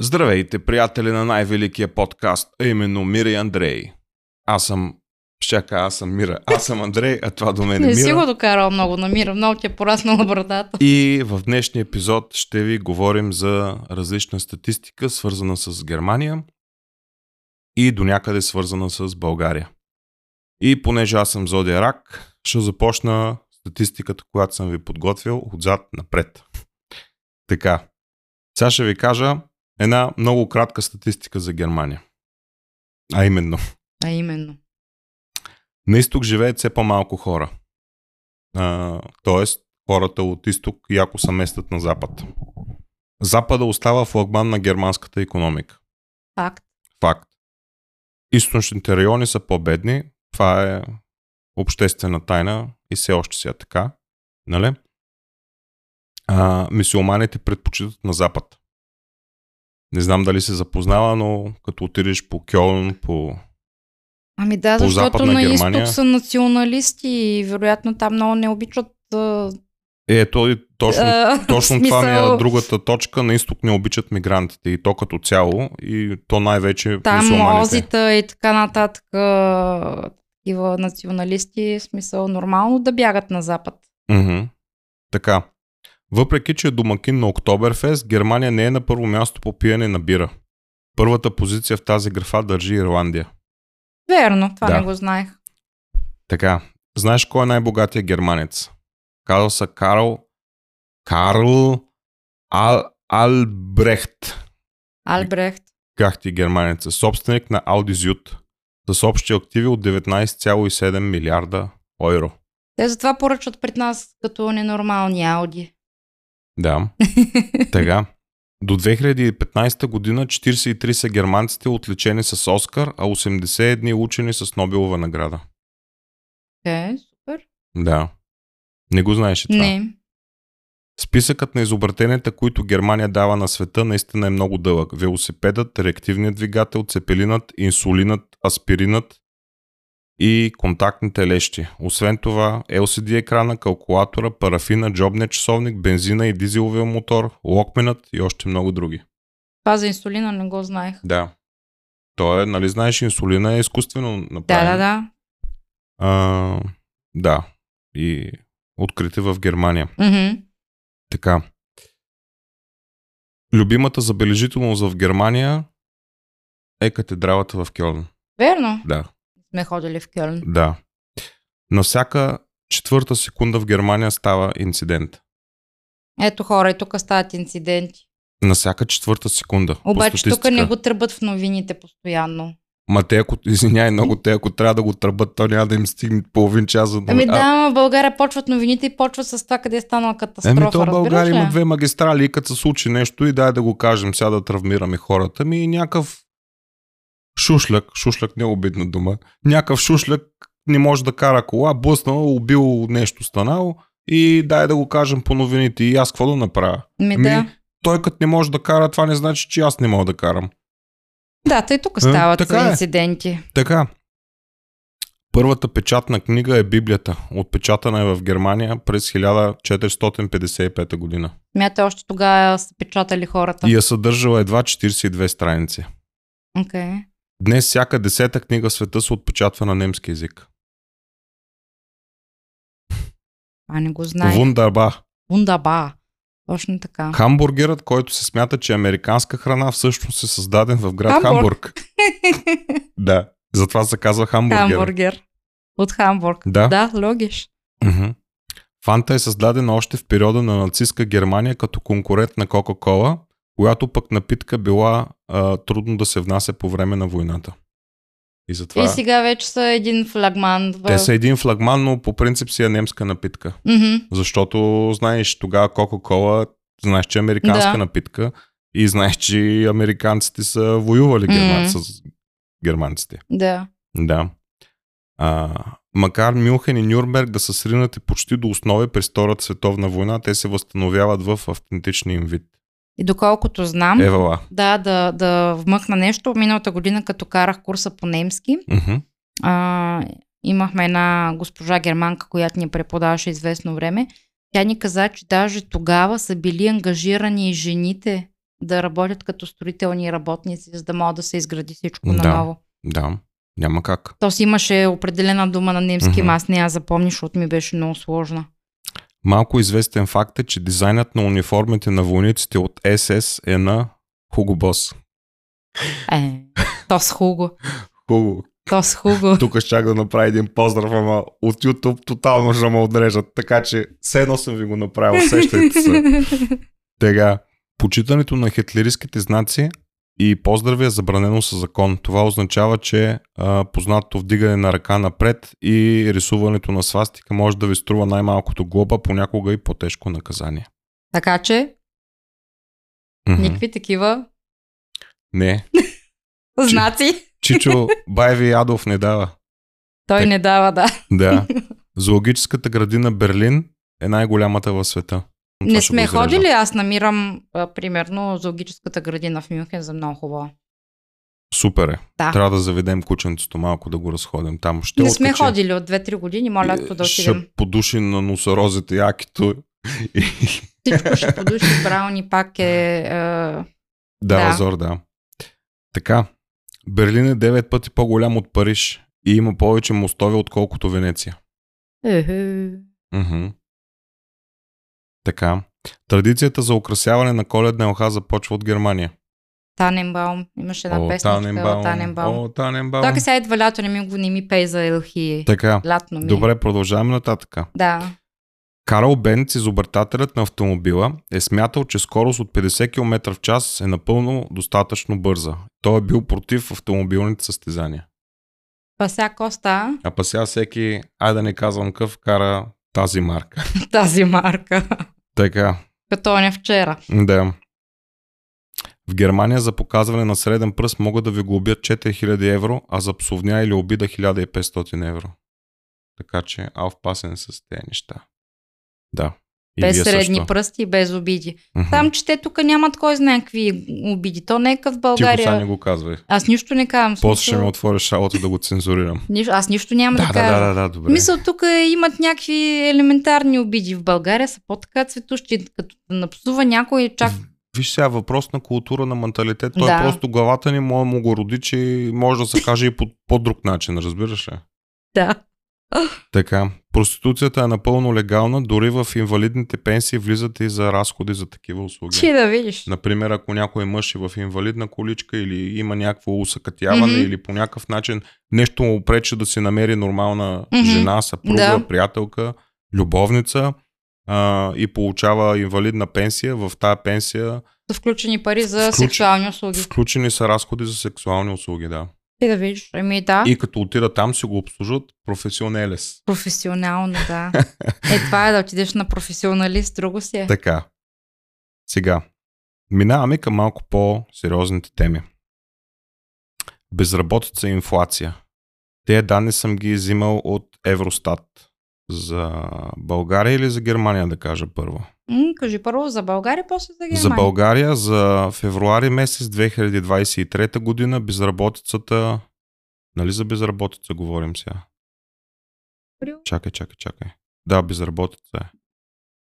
Здравейте, приятели на най-великия подкаст, а именно Мира и Андрей. Аз съм... Щака, аз съм Мира. Аз съм Андрей, а това до мен е Не си Мира. го докарал много на мира, много ти е пораснала брадата. И в днешния епизод ще ви говорим за различна статистика, свързана с Германия и до някъде свързана с България. И понеже аз съм Зодия Рак, ще започна статистиката, която съм ви подготвил отзад напред. Така, сега ще ви кажа една много кратка статистика за Германия. А именно, А именно. на изток живеят все по-малко хора. А, тоест, хората от изток яко се местят на запад. Запада остава флагман на германската економика. Факт. Факт. Източните райони са по-бедни. Това е обществена тайна и все още си е така. Нали? А, мисиоманите предпочитат на запад. Не знам дали се запознава, но като отидеш по Кьолн, по Ами да, По защото Западна на Германия- изток са националисти и вероятно там много не обичат а, Е, то и точно, а, точно смисъл, това ми е другата точка. На изток не обичат мигрантите и то като цяло, и то най-вече Там мюсюлманите. озита и така нататък а, такива националисти, в смисъл нормално да бягат на запад. Мгм. Така. Въпреки, че е домакин на Октоберфест, Германия не е на първо място по пиене на бира. Първата позиция в тази графа държи Ирландия. Верно, това Да. не го знаех. Така. Знаеш кой е най-богатия германец? Казва се Карл... Карл... Ал... Албрехт. Албрехт. Гахти германец е собственик на Audi Zut с общи активи от 19,7 милиарда евро. Те затова поръчват пред нас като ненормални ауди. Да. Така. До 2015 година 43 са германците отличени с Оскар, а 81 учени с Нобелова награда. Е, супер. Да. Не го знаеш и това. Не. Списъкът на изобретенията, които Германия дава на света, наистина е много дълъг. Велосипедът, реактивният двигател, цепелинът, инсулинът, аспиринът и контактните лещи. Освен това, LCD екрана, калкулатора, парафина, джобния часовник, бензина и дизеловия мотор, локменът и още много други. Това за инсулина не го знаех. Да. То е, нали знаеш, инсулина е изкуствено направен. Да, да, да. А, да. И открити в Германия. Мгм. Така. Любимата забележителност в Германия е катедралата в Кьолн. Верно. Да. Сме ходили в Кьолн. Да. На всяка четвърта секунда в Германия става инцидент. Ето хора, и тук стават инциденти. На всяка четвърта секунда. по Обаче тук статистика. Ами не го тръбат в новините постоянно. Ма те, ако, извиняй, много те, ако трябва да го тръбат, то няма да им стигне половин час. За... Ами А, да, ама в България почват новините и почват с това къде е станала катастрофа. Еми, Ами, то в разбираш България ли? има две магистрали и като се случи нещо и дай да го кажем, сега да травмираме хората. Ми някакъв шушляк, шушляк не е обидна дума, някакъв шушляк не може да кара кола, блъснал, убил нещо станало и дай да го кажем по новините и аз какво да направя. Ами Ми, да. Той като не може да кара, това не значи, че аз не мога да карам. Да, тъй тук стават така е. инциденти. Така. Първата печатна книга е Библията. Отпечатана е в Германия през 1455 година. Мята още тогава са печатали хората. и я съдържала едва 42 страници. Окей. Okay. Днес всяка десета книга в света се отпечатва на немски язик. А не го знае. Вундарба. Вундаба. Точно така. Хамбургерът, който се смята, че е американска храна, всъщност е създаден в град Хамбург. Хамбург. да, затова се казва хамбургер. Хамбургер. От Хамбург. Да. Да, логиш. Мгм. Фанта е създадена още в периода на нацистска Германия като конкурент на Кока-Кола, която пък напитка била а, трудно да се внася по време на войната. И затова И сега вече са един флагман. в- те са един флагман, но по принцип си е немска напитка. Мгм. Защото знаеш тогава Кока-Кола, знаеш, че е американска да. Да. напитка и знаеш, че американците са воювали Мгм. герман... с германците. Да. Да. А, макар Мюнхен и Нюрнберг да са сринати почти до основи през Втората световна война, те се възстановяват в автентичния им вид. И доколкото знам, Евала. да, да, да вмъкна нещо. Миналата година, като карах курса по немски, Мгм. а, имахме една госпожа германка, която ни преподаваше известно време. Тя ни каза, че даже тогава са били ангажирани и жените да работят като строителни работници, за да могат да се изгради всичко Да. наново. Да, няма как. То си имаше определена дума на немски, Мгм. ама аз не я запомних, защото ми беше много сложна. Малко известен факт е, че дизайнът на униформите на войниците от СС е на Хуго Бос. Е, то с хуго, Хуго. то с хуго. Тук щях да направя един поздрав, ама от YouTube тотално ще ме отрежат. Така че все едно съм ви го направил, усещайте се. Тега, почитането на хитлеристските знаци и поздрави е забранено със закон. Това означава, че а, познатото вдигане на ръка напред и рисуването на свастика може да ви струва най-малкото глоба, понякога и по-тежко наказание. така че, Мгм. никакви такива Не. знаци Чичо Байви Ядов не дава. той Так. не дава, да. Да. Зоологическата градина Берлин е най-голямата в света. Това не ще го сме изрежа. ходили, аз намирам, а, примерно, зоологическата градина в Мюнхен за много хубава. Супер е. Да. Трябва да заведем кученцето малко да го разходим там. Ще не сме откачи. ходили от 2-3 години, моля ако да отидем. Ще подуши на носорозите якито. И... Всичко ще подуши, брауни пак е... е Да, Да. да, зор, да. Така, Берлин е 9 пъти по-голям от Париж и има повече мостове, отколкото Венеция. Ехе. Мгм. Така. Традицията за украсяване на коледна елха започва от Германия. Таненбаум. Имаше една песня. Таненбаум. Таненбаум. О, Таненбаум. Така сега идва лято, не ми го не ми пей за елхи. Така, Лятно ми. е. добре, продължаваме нататък. Да. Карл Бенц, изобретателят на автомобила, е смятал, че скорост от 50 км в час е напълно достатъчно бърза. Той е бил против автомобилните състезания. Пася Коста, А па сега всеки, ай да не казвам къв, кара тази марка. тази марка. Така, Като не вчера. да. В Германия за показване на среден пръст могат да ви глобят 4000 евро, а за псовня или обида 1500 евро. Така че авпасен с тези неща. Да. И без вие средни също. пръсти и без обиди. Мгм. Там, че те тук нямат кой знае какви обиди. То не е къв в Ти го сега България. не го казвай. Аз нищо не казвам. в После ще ми смисъл- отвориш шалото да го цензурирам. Ниш- Аз нищо няма да, Да, да, кажа. да, да, да, добре. Мисъл, тук е, имат някакви елементарни обиди. В България са по-така цветущи, като да напсува някой чак. Виж сега, въпрос на култура, на менталитет. Той е Да. просто главата ни му, му го роди, че може да се каже и по, по друг начин, разбираш ли? Да. Така. Проституцията е напълно легална, дори в инвалидните пенсии влизат и за разходи за такива услуги. Ти да видиш. Например, ако някой мъж е в инвалидна количка или има някакво усъкътяване Мгм. или по някакъв начин нещо му пречи да си намери нормална Мгм. жена, съпруга, Да. приятелка, любовница а, и получава инвалидна пенсия, в тази пенсия Са включени пари за Включ- сексуални услуги. включени са разходи за сексуални услуги, да. Ти да видиш. Еми да. И като отида там си го обслужват професионелес. Професионално, да. Е, това е да отидеш на професионалист, друго си е. Така. Сега. Минаваме към малко по-сериозните теми. Безработица и инфлация. Те данни съм ги взимал от Евростат. За България или за Германия да кажа първо? М, кажи първо за България, после за Германия. За България за февруари месец 2023 година безработицата... Нали за безработица говорим сега? Април. Чакай, чакай, чакай. Да, безработица е.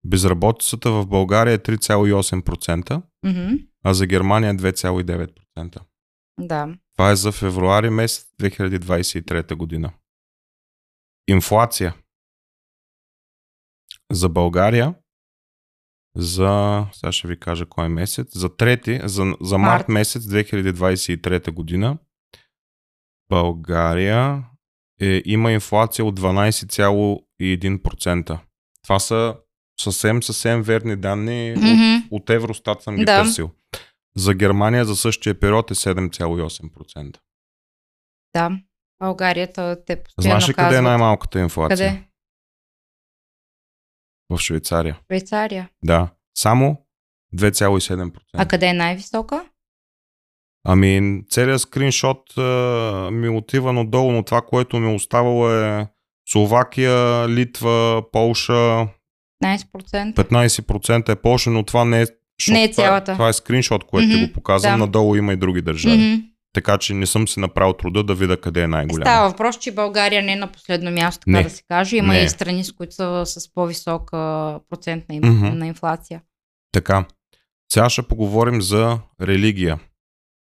Безработицата в България е 3,8%. Мгм, а за Германия 2,9%. Да. Това е за февруари месец 2023 година. Инфлация. За България за, сега ще ви кажа кой е месец, за трети, за, за март. Март. месец 2023 година България е, има инфлация от 12,1%. Това са съвсем, съвсем верни данни от Мгм, от Евростат съм ги Да. да. търсил. За Германия за същия период е 7,8%. Да. България, то те постоянно Знаеш ли казват. къде е най-малката инфлация? Къде? В Швейцария. Швейцария. Да. Само 2,7%. А къде е най-висока? Ами, целият скриншот а, ми отива надолу, но това, което ми оставало е Словакия, Литва, Полша. 15%. 15% е Полша, но това не е защото Не е това цялата. Това е скриншот, което ти Мгм, го показвам. да. Надолу има и други държави. Мгм. Така че не съм си направил труда да видя къде е най-голяма. Става въпрос, че България не е на последно място, така Не. да се каже. Има Не. и страни, с които са с по-висок а, процент на, им... Мгм. на инфлация. Така. Сега ще поговорим за религия.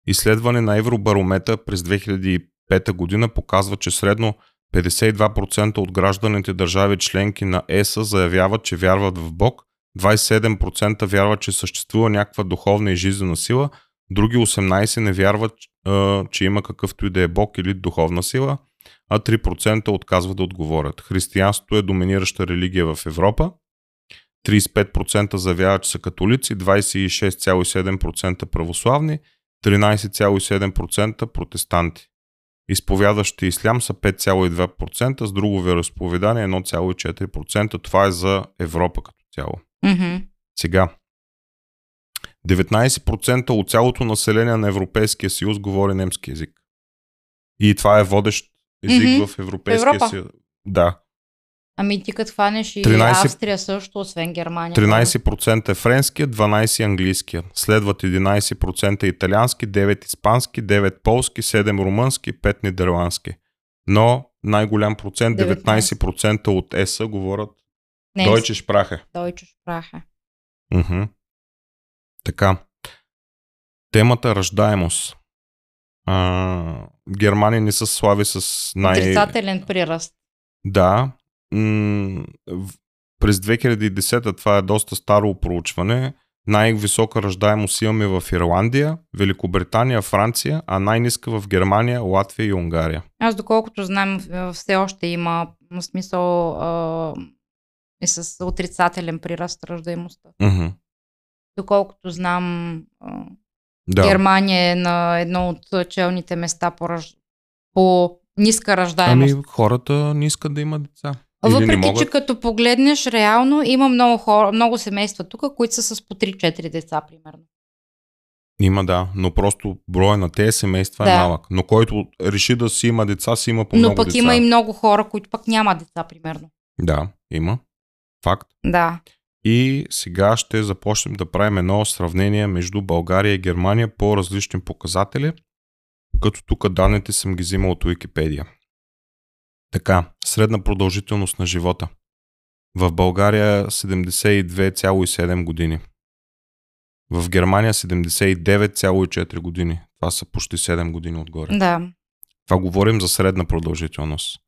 Изследване на Евробарометър през 2005 година показва, че средно 52% от гражданите държави членки на ЕСА заявяват, че вярват в Бог, 27% вярват, че съществува някаква духовна и жизнена сила, други 18% не вярват, а, че има какъвто и да е Бог или духовна сила, а 3% отказват да отговорят. Християнството е доминираща религия в Европа. 35% заявяват, че са католици, 26,7% православни, 13,7% протестанти. Изповядащи ислям са 5,2%, с друго вероисповедание 1,4%. Това е за Европа като цяло. Мгм. Сега, 19% от цялото население на Европейския съюз говори немски язик. И това е водещ език Мгм. в Европейския Европа. съюз. Да. Ами ти като хванеш и 13 Австрия също, освен Германия. 13% е френския, 12% английския. Следват 11% италиански, 9% испански, 9% полски, 7% румънски, 5% нидерландски. Но най-голям процент, 19% от ЕСА говорят Не, Deutsche Sprache. Deutsche Sprache. Мгм. Така. Темата раждаемост. А, Германия не се слави с най... Отрицателен прираст. Да. М- в- през 2010, това е доста старо проучване, най-висока раждаемост имаме в Ирландия, Великобритания, Франция, а най-ниска в Германия, Латвия и Унгария. Аз доколкото знам, в- все още има м, смисъл а, и с отрицателен прираст раждаемостта. Мгм. Доколкото знам, а, Да. Германия е на едно от челните места по, раж... по ниска раждаемост. Ами хората не искат да имат деца. Или не Въпреки, могат. че като погледнеш, реално има много, хора, много семейства тук, които са с по 3-4 деца, примерно. Има, да, но просто броя на тези семейства е Да. малък. Но който реши да си има деца, си има по Но много пък деца. има и много хора, които пък няма деца, примерно. Да, има. Факт. Да. И сега ще започнем да правим едно сравнение между България и Германия по различни показатели, като тук данните съм ги взимал от Уикипедия. Така, средна продължителност на живота. В България е 72,7 години. В Германия 79,4 години. Това са почти 7 години отгоре. Да. Това говорим за средна продължителност.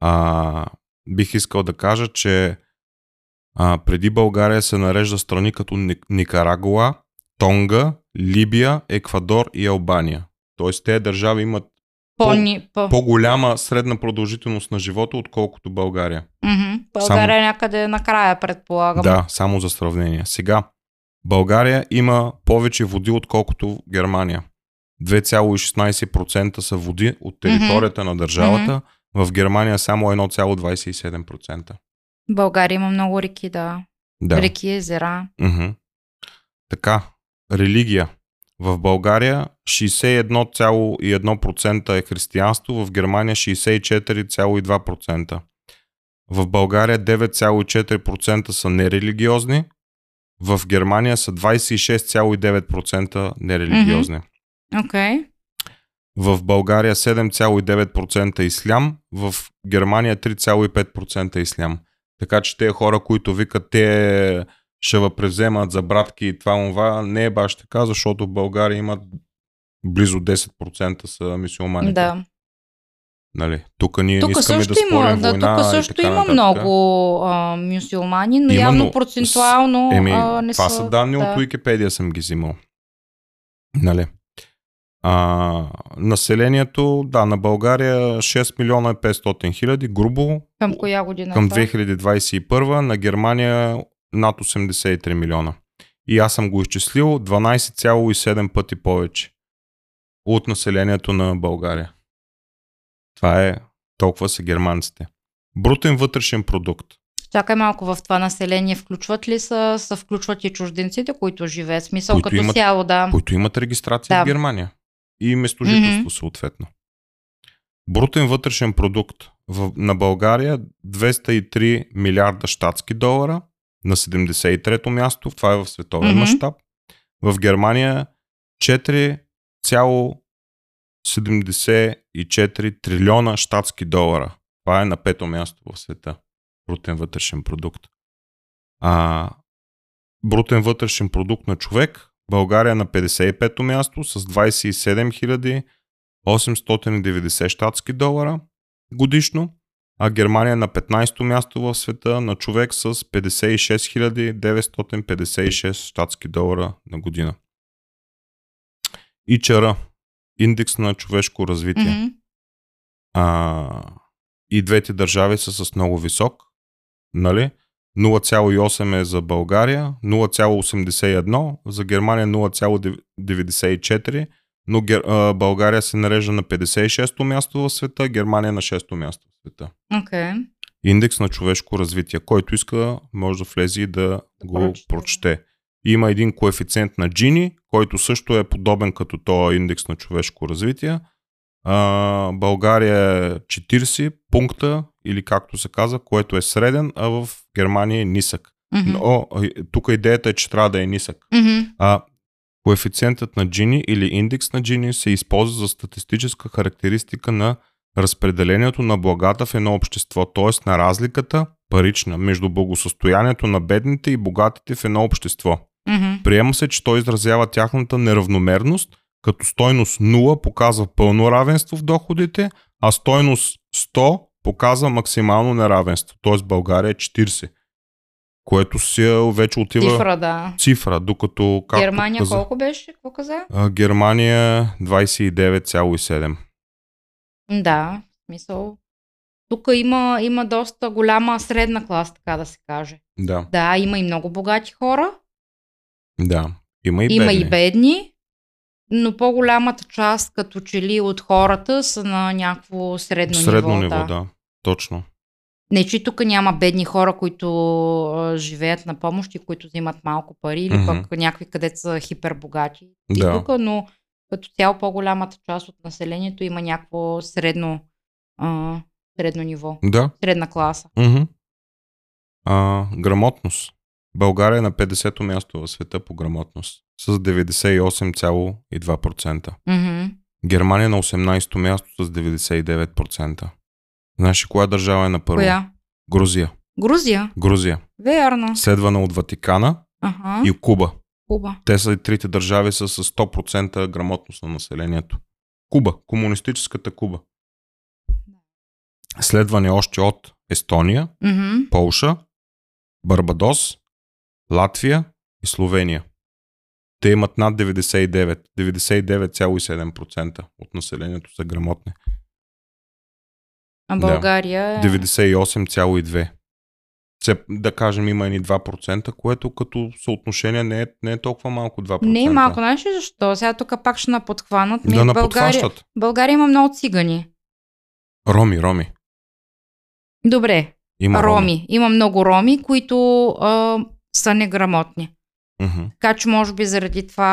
А, бих искал да кажа, че а, преди България се нарежда страни като Ни- Никарагуа, Тонга, Либия, Еквадор и Албания. Тоест, те държави имат По, ни, по, по-голяма средна продължителност на живота, отколкото България. Мгм. България е някъде накрая, предполагам. Да, само за сравнение. Сега, България има повече води, отколкото Германия. 2,16% са води от територията на държавата, в Германия само 1,27%. България има много реки, да. Да. да. Реки, езера. Мгм. Така, религия. В България 61,1% е християнство, в Германия 64,2%. В България 9,4% са нерелигиозни, в Германия са 26,9% нерелигиозни. Окей. Okay. В България 7,9% ислям, в Германия 3,5% ислям. Така че те хора, които викат, те ще въпревземат за братки и това това, не е баш така, защото в България имат близо 10% са мисиоманите. Да. Нали? Тук ние не Тук искаме също да има, спорим да, война тук и също така има нататък. много а, мюсюлмани, но Има, явно но с- процентуално Еми, а, не това са, данни да. от Уикипедия съм ги взимал. Нали? А, населението, да, на България 6 милиона и 500 хиляди, грубо, Към коя година? е към това? 2021, на Германия над 83 милиона. И аз съм го изчислил 12,7 пъти повече от населението на България. Това е толкова са германците. Брутен вътрешен продукт. Чакай малко в това население. Включват ли са, са включват и чужденците, които живеят? Смисъл Които като имат- цяло, да. които имат регистрация да. Да. в Германия и местожителство Мгм. mm-hmm. съответно. Брутен вътрешен продукт в, на България 203 милиарда щатски долара на 73-то място, това е в световен Мгм. мащаб. В Германия 4,74 трилиона щатски долара. Това е на пето място в света. Брутен вътрешен продукт. А, брутен вътрешен продукт на човек България на 55-то място с 27 890 щатски долара годишно, а Германия на 15-то място в света на човек с 56 956 щатски долара на година. ИЧР – индекс на човешко развитие. Mm-hmm. Мгм. А, и двете държави са с много висок. Нали? 0,8 е за България, 0,81, за Германия 0,94, но Гер... а, България се нарежда на 56-то място в света, Германия на 6-то място в света. Окей. Индекс на човешко развитие. Който иска, може да влезе и да го прочете. прочете. Има един коефициент на Джини, който също е подобен като този индекс на човешко развитие. А, България е 40 пункта, или както се каза, което е среден, а в Германия е нисък. Мгм. Но а, тук идеята е, че трябва да е нисък. Мгм. А коефициентът на Джини или индекс на Джини се използва за статистическа характеристика на разпределението на благата в едно общество, т.е. на разликата парична между благосостоянието на бедните и богатите в едно общество. Мгм. Приема се, че той изразява тяхната неравномерност, като стойност 0 показва пълно равенство в доходите, а стойност 100 показва максимално неравенство, т.е. България е 40, което си е- вече отива цифра, Цифра, да. цифра докато както Германия каза- колко беше? Какво каза? а, Германия 29,7. Да, в смисъл. Тук има, има доста голяма средна класа, така да се каже. Да. Да, има и много богати хора, Да. Има и има бедни. и бедни, но по-голямата част, като че ли от хората, са на някакво средно, Средно ниво, да. да. Точно. Не, че тук няма бедни хора, които а, живеят на помощ и които взимат малко пари, или Мгм. пък някакви, където са хипербогати. Да. И тук, но като цяло по-голямата част от населението има някакво средно, а, средно ниво, Да. средна класа. Мгм. А, грамотност. България е на 50-то място в света по грамотност с 98,2%. Мгм. Германия е на 18-то място с 99%. Знаеш ли коя държава е на първо? Коя? Грузия. Грузия? Грузия. Вярно. Следвана от Ватикана Ага, и Куба. Куба. Те са и трите държави с 100% грамотност на населението. Куба, комунистическата Куба. Следване още от Естония, Мгм. Полша, Барбадос, Латвия и Словения. Те имат над 99, 99,7% от населението са грамотни. А Да. България е... 98,2. Це, да кажем, има едни 2%, което като съотношение не е, не е толкова малко 2%. Не е малко, знаеш ли защо? Сега тук пак ще наподхванат. Ми, Да България, наподхващат. България има много цигани. Роми, роми. Добре, Има роми. Има много роми, които а, са неграмотни. Мгм. Така че може би заради това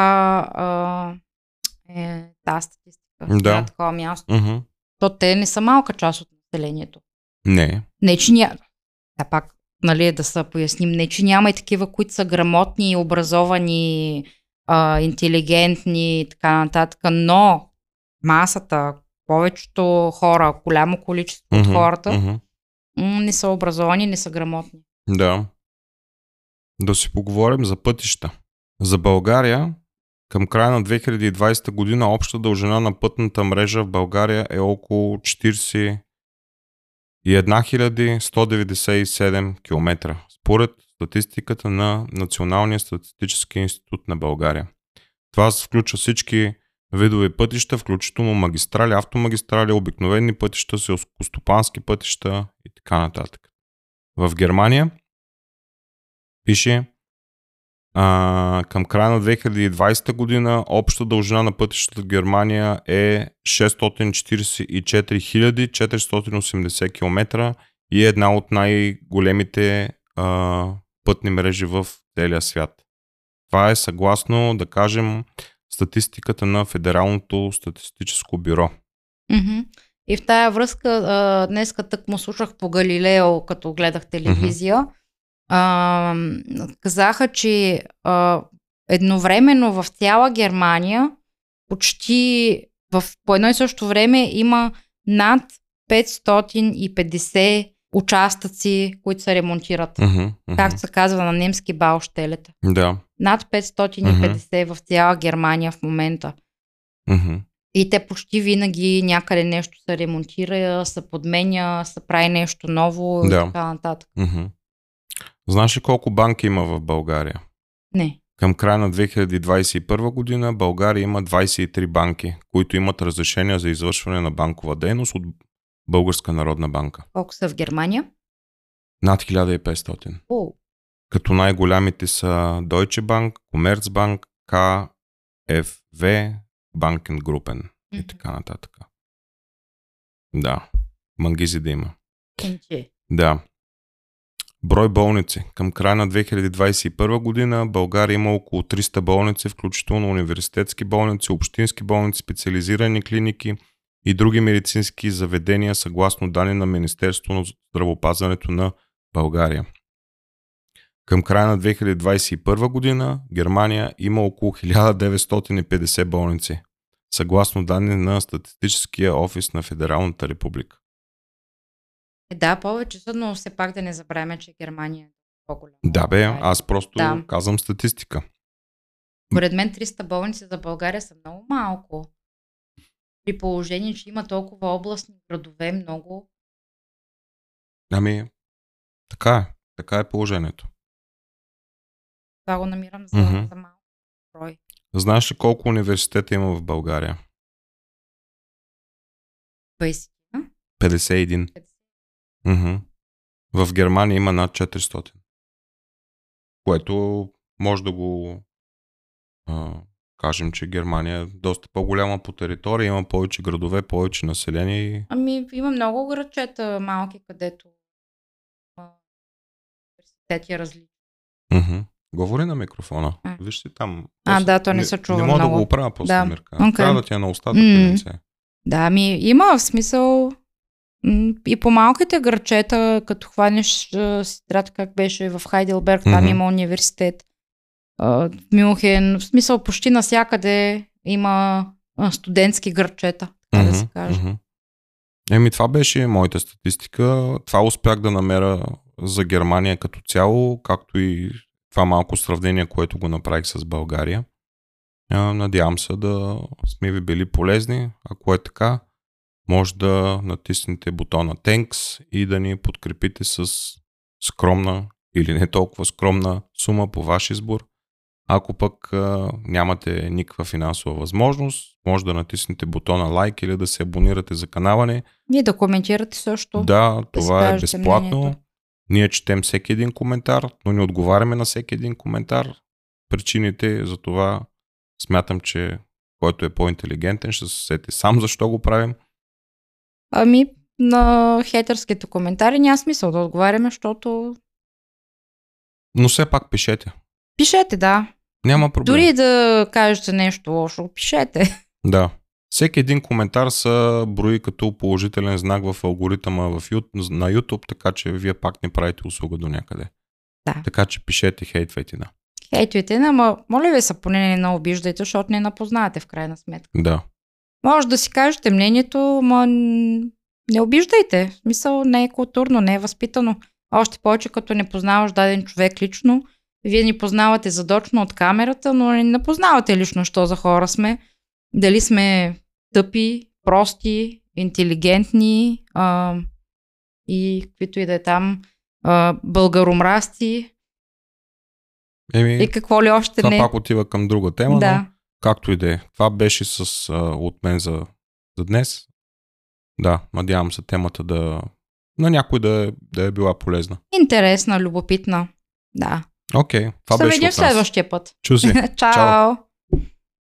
а, е тази статистика Да. на такова място. Мгм. То те не са малка част от населението. Не. Не, че няма... Да, пак, нали, да се поясним. Не, че няма и такива, които са грамотни, образовани, а, интелигентни и така нататък, но масата, повечето хора, голямо количество Мгм, хората. мгм. м, не са образовани, не са грамотни. Да. Да си поговорим за пътища. За България към края на 2020 година обща дължина на пътната мрежа в България е около 41 197 км, според статистиката на Националния статистически институт на България. Това включва всички видове пътища, включително магистрали, автомагистрали, обикновени пътища, селскостопански пътища и така нататък. В Германия пише а, към края на 2020 година обща дължина на пътищата в Германия е 644 480 км и е една от най-големите а, пътни мрежи в целия свят. Това е съгласно, да кажем, статистиката на Федералното статистическо бюро. Мгм. И в тая връзка, а, днеска тък му слушах по Галилео, като гледах телевизия, а, м, казаха, че а, едновременно в цяла Германия, почти в, по едно и също време има над 550 участъци, които се ремонтират. Mm-hmm, Както се казва на немски бауштелета. Да, над 550 mm-hmm. в цяла Германия в момента. Мгм. И те почти винаги някъде нещо се ремонтира, се подменя, се прави нещо ново и Да. така нататък. Мгм. Знаеш ли колко банки има в България? Не. Към края на 2021 година България има 23 банки, които имат разрешение за извършване на банкова дейност от Българска народна банка. Колко са в Германия? Над 1500. О, Като най-голямите са Deutsche Bank, Commerzbank, KFV, Bankengruppen и Мгм. така нататък. Да, мангизи да има. кенче. Да. Брой болници. Към края на 2021 година България има около 300 болници, включително университетски болници, общински болници, специализирани клиники и други медицински заведения, съгласно данни на Министерството на здравопазването на България. Към края на 2021 година Германия има около 1950 болници, съгласно данни на Статистическия офис на Федералната република. Е, Да, повече са, но все пак да не забравяме, че Германия е по-голяма. е. от Да бе, България. аз просто Да. казвам статистика. Поред мен 300 болници за България са много малко. При положение, че има толкова областни градове, много. Ами, така е. Така е положението. Това го намирам за, Мгм. mm-hmm. за малко брой. Знаеш ли колко университета има в България? 20. 51. Мгм. В Германия има над 400. Което може да го а, кажем, че Германия е доста по-голяма по територия, има повече градове, повече население и Ами, има много градчета малки, където а, университети различни. Мгм. Говори на микрофона. М. Виж си там. А, После- да, то не се чува Не мога да много. го оправя после Да. Мирка. Окей. Трябва да ти е на устата. М. Mm. Да, ами има в смисъл м, и по малките гърчета, като хванеш а, сестрата, как беше в Хайделберг, там Мгм. има университет, а, в Мюнхен, в смисъл почти насякъде има а, студентски гърчета, така да се Мгм, каже. мгм. Еми, това беше моята статистика. Това успях да намеря за Германия като цяло, както и това малко сравнение, което го направих с България. А, Надявам се да сме ви били полезни. Ако е така, може да натиснете бутона Thanks и да ни подкрепите с скромна или не толкова скромна сума по ваш избор. Ако пък а, нямате никаква финансова възможност, може да натиснете бутона лайк или да се абонирате за канала ни. И да коментирате също. Да, това е кажете безплатно. мнението. Ние четем всеки един коментар, но не отговаряме на всеки един коментар. Причините за това смятам, че който е по-интелигентен ще се сети сам защо го правим. Ами на хейтърските коментари няма смисъл да отговаряме, защото Но все пак пишете. пишете, да. Няма проблем. Дори и да кажете нещо лошо, пишете. Да. Всеки един коментар са брои като положителен знак в алгоритъма в, Ю- на YouTube, така че вие пак не правите услуга до някъде. Да. Така че пишете, хейтвайте, да. Хейтвайте, ни, ама моля ви се, поне не на обиждайте, защото не напознаете в крайна сметка. Да. Може да си кажете мнението, ма н- не обиждайте. В смисъл не е културно, не е възпитано. Още повече като не познаваш даден човек лично. Вие ни познавате задочно от камерата, но не не познавате лично, що за хора сме. Дали сме тъпи, прости, интелигентни а, и каквито и да е там а, българомрасти Еми, и какво ли още това не. пак отива към друга тема, да. но да. както и да е. Това беше с, а, от мен за, за днес. Да, надявам се темата да на някой да, е- да е била полезна. Интересна, любопитна. Да. Окей, това Ще се беше видим от нас. следващия път. Е, Чу се. Чао!